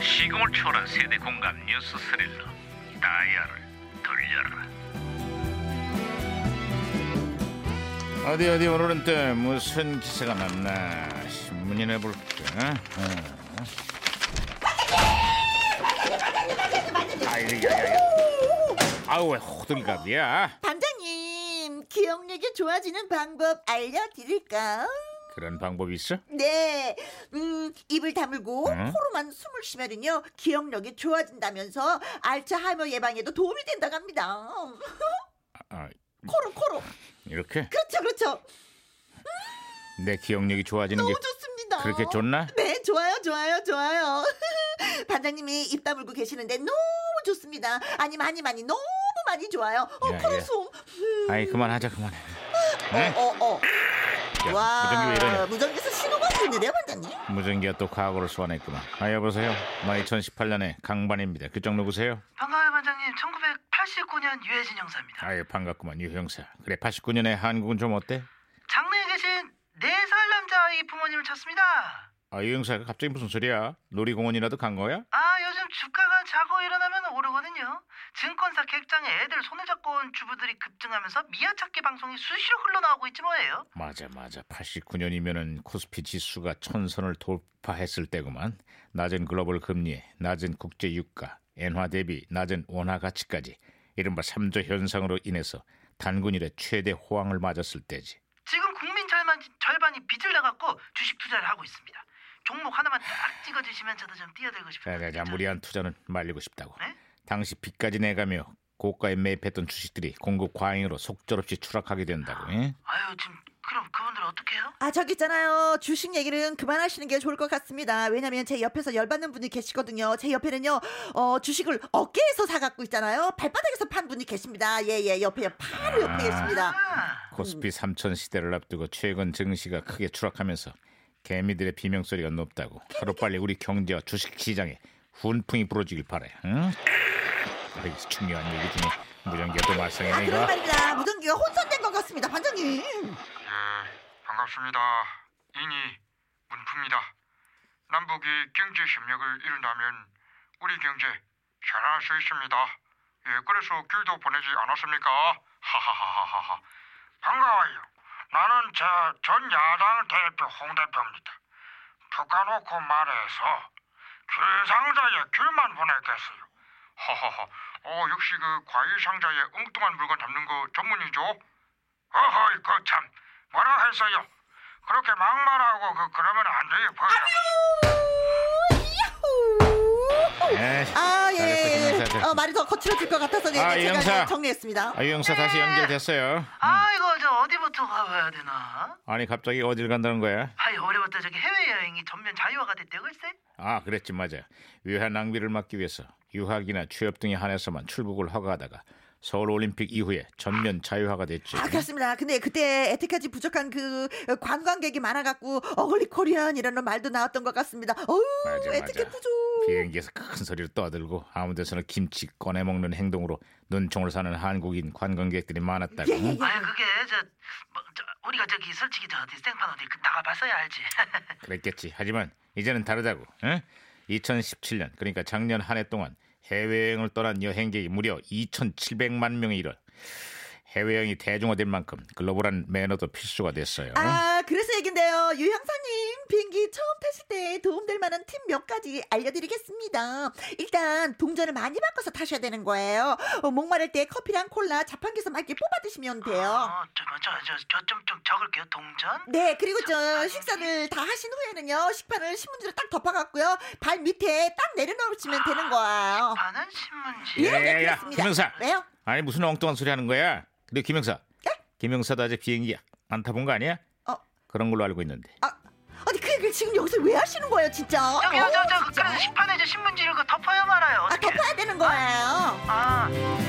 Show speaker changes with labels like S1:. S1: 시공을 초월한 세대 공감 뉴스 스릴러 다이아를 돌려라 어디 어디 오늘은 또 무슨 기사가 났나 신문이나 볼까 어. 아이, 야, 야, 야. 아우 왜 호들갑이야
S2: 반장님, 기억력이 좋아지는 방법 알려드릴까요?
S1: 그런 방법이 있어?
S2: 네, 음, 입을 다물고
S1: 응?
S2: 코로만 숨을 쉬면은요, 기억력이 좋아진다면서 알츠하이머 예방에도 도움이 된다고 합니다.
S1: 아,
S2: 코로, 코로.
S1: 이렇게
S2: 그렇죠, 그렇죠.
S1: 내 기억력이 좋아지는 게
S2: 너무 좋습니다.
S1: 그렇게 좋나?
S2: 네, 좋아요, 좋아요, 좋아요. 반장님이 입 다물고 계시는데 너무 좋습니다. 아니, 많이, 많이, 너무 많이 좋아요. 어,
S1: 야,
S2: 코로
S1: 야.
S2: 숨.
S1: 아이 그만하자 그만해 예, 네?
S2: 어, 어.
S1: 야, 무전기 왜 이러냐?
S2: 와, 무전기에서 신호가 오는데요, 반장님?
S1: 무전기가 또 과거를 소환했구만. 아 여보세요. 나 2018년에 강반입니다. 그쪽 누구세요?
S3: 반가워요 반장님 1989년 유해진 형사입니다
S1: 아예 반갑구만 유 형사. 그래 89년에 한국은 좀 어때?
S3: 장르에 계신 4살 남자아이 부모님을 찾습니다
S1: 아유 형사가 갑자기 무슨 소리야? 놀이공원이라도 간 거야?
S3: 아 요즘 주가가 자고 일어나면 오르거든요 증권사 객장에 애들 손을 잡고 온 주부들이 급증하면서 미아찾기 방송이 수시로 흘러나오고 있지 뭐예요
S1: 맞아 맞아. 89년이면은 코스피 지수가 천선을 돌파했을 때구만. 낮은 글로벌 금리에 낮은 국제 유가, 엔화 대비 낮은 원화 가치까지 이른바 삼조 현상으로 인해서 단군일의 최대 호황을 맞았을 때지.
S3: 지금 국민 절반, 절반이 빚을 내갖고 주식 투자를 하고 있습니다 종목 하나만 딱 찍어주시면 저도 좀 뛰어들고 싶어요
S1: 자자자 무리한 투자는 말리고 싶다고.
S3: 네?
S1: 당시 빚까지 내가며 고가에 매입했던 주식들이 공급 과잉으로 속절없이 추락하게 된다고. 예?
S3: 아유 지금 그럼 그분들 어떻게 해요?
S2: 아 저기 있잖아요 주식 얘기는 그만하시는 게 좋을 것 같습니다 왜냐면 제 옆에서 열받는 분이 계시거든요 제 옆에는요 어 주식을 어깨에서 사갖고 있잖아요 발바닥에서 판 분이 계십니다 예예 옆에 바로 옆에 계십니다
S3: 아,
S1: 코스피 3000 시대를 앞두고 최근 증시가 크게 추락하면서 개미들의 비명 소리가 높다고. 하루빨리 우리 경제와 주식 시장에 훈풍이 불어주길 바래. 응? 아이, 중요한 얘기 중에 무전기가 또
S2: 아
S1: 말썽이네
S2: 그런
S1: 이거.
S2: 말입니다 무전기가 혼선된 것 같습니다 반장님
S4: 예, 반갑습니다. 이니 문프입니다. 남북이 경제 협력을 이룬다면 우리 경제 잘할 수 있습니다. 예, 그래서 길도 보내지 않았습니까? 하하하하하. 반가워요. 나는 제 전 야당 대표 홍 대표입니다. 북한놓고 말해서 길상자의 길만 보냈겠어요. 허허허. 어, 역시 그 과일 상자에 엉뚱한 물건 잡는 거 전문이죠. 어허이 거참 뭐라 했어요 그렇게 막말하고 그 그러면 안 돼요 버려
S1: 에이, 잘했어,
S2: 아예
S1: 김 형사.
S2: 어, 말이 더 거칠어질 것 같아서 네,
S1: 아,
S2: 네,
S1: 이
S2: 제가
S1: 형사.
S2: 네, 정리했습니다
S1: 아유 형사 다시 연결됐어요.
S3: 아 이거 저 어디부터 가봐야 되나?
S1: 아니 갑자기 어딜 간다는 거야?
S3: 아이 어려웠다 저기 해외여행이 전면 자유화가 됐대 글쎄
S1: 아, 그랬지 맞아. 유해 낭비를 막기 위해서 유학이나 취업 등에 한해서만 출국을 허가하다가 서울 올림픽 이후에 전면 자유화가 됐지.
S2: 아 그렇습니다 근데 그때 에티까지 부족한 그 관광객이 많아갖고 어글리 코리안이라는 말도 나왔던 것 같습니다 어우
S1: 맞아,
S2: 에티켓
S1: 맞아.
S2: 부족 예,
S1: 비행기에서 큰 소리를 떠들고 아무데서나 김치 꺼내 먹는 행동으로 눈총을 사는 한국인 관광객들이 많았다고.
S2: 예, 예, 예.
S3: 아유 그게 저, 뭐, 저 우리가 저기 솔직히 저 어디 생판 어디 그 나가봤어야 알지.
S1: 그랬겠지. 하지만 이제는 다르다고. 응? 2017년 그러니까 작년 한 해 동안 해외여행을 떠난 여행객이 무려 2,700만 명에 이르. 해외여행이 대중화된 만큼 글로벌한 매너도 필수가 됐어요.
S2: 아, 그래서 얘긴데요. 유 형사님, 비행기 처음 타실 때 도움될 만한 팁 몇 가지 알려드리겠습니다. 일단, 동전을 많이 바꿔서 타셔야 되는 거예요. 어, 목마를 때 커피랑 콜라 자판기에서 맑게 뽑아 드시면 돼요.
S3: 어, 저저저저좀 좀 적을게요 동전.
S2: 네, 그리고 저 식사를 다 하신 후에는요, 식판을 신문지로 딱 덮어갖고요, 발 밑에 딱 내려놓으시면 되는 거예요.
S3: 반은 신문지.
S2: 예, 예,
S1: 야, 야,
S2: 그렇습니다.
S1: 김영사.
S2: 왜요?
S1: 아니 무슨 엉뚱한 소리 하는 거야? 근데 김영사.
S2: 예?
S1: 김영사도 아직 비행기 안 타본 거 아니야?
S2: 어.
S1: 그런 걸로 알고 있는데.
S2: 아, 아니, 그 얘기를 지금 여기서 왜 하시는 거예요, 진짜?
S3: 저기요
S2: 어우,
S3: 저저
S2: 진짜.
S3: 그래서 식판에 저 신문지를 그 덮어야 말아요.
S2: 아,
S3: 어떻게?
S2: 덮어야 되는 거예요.
S3: 아,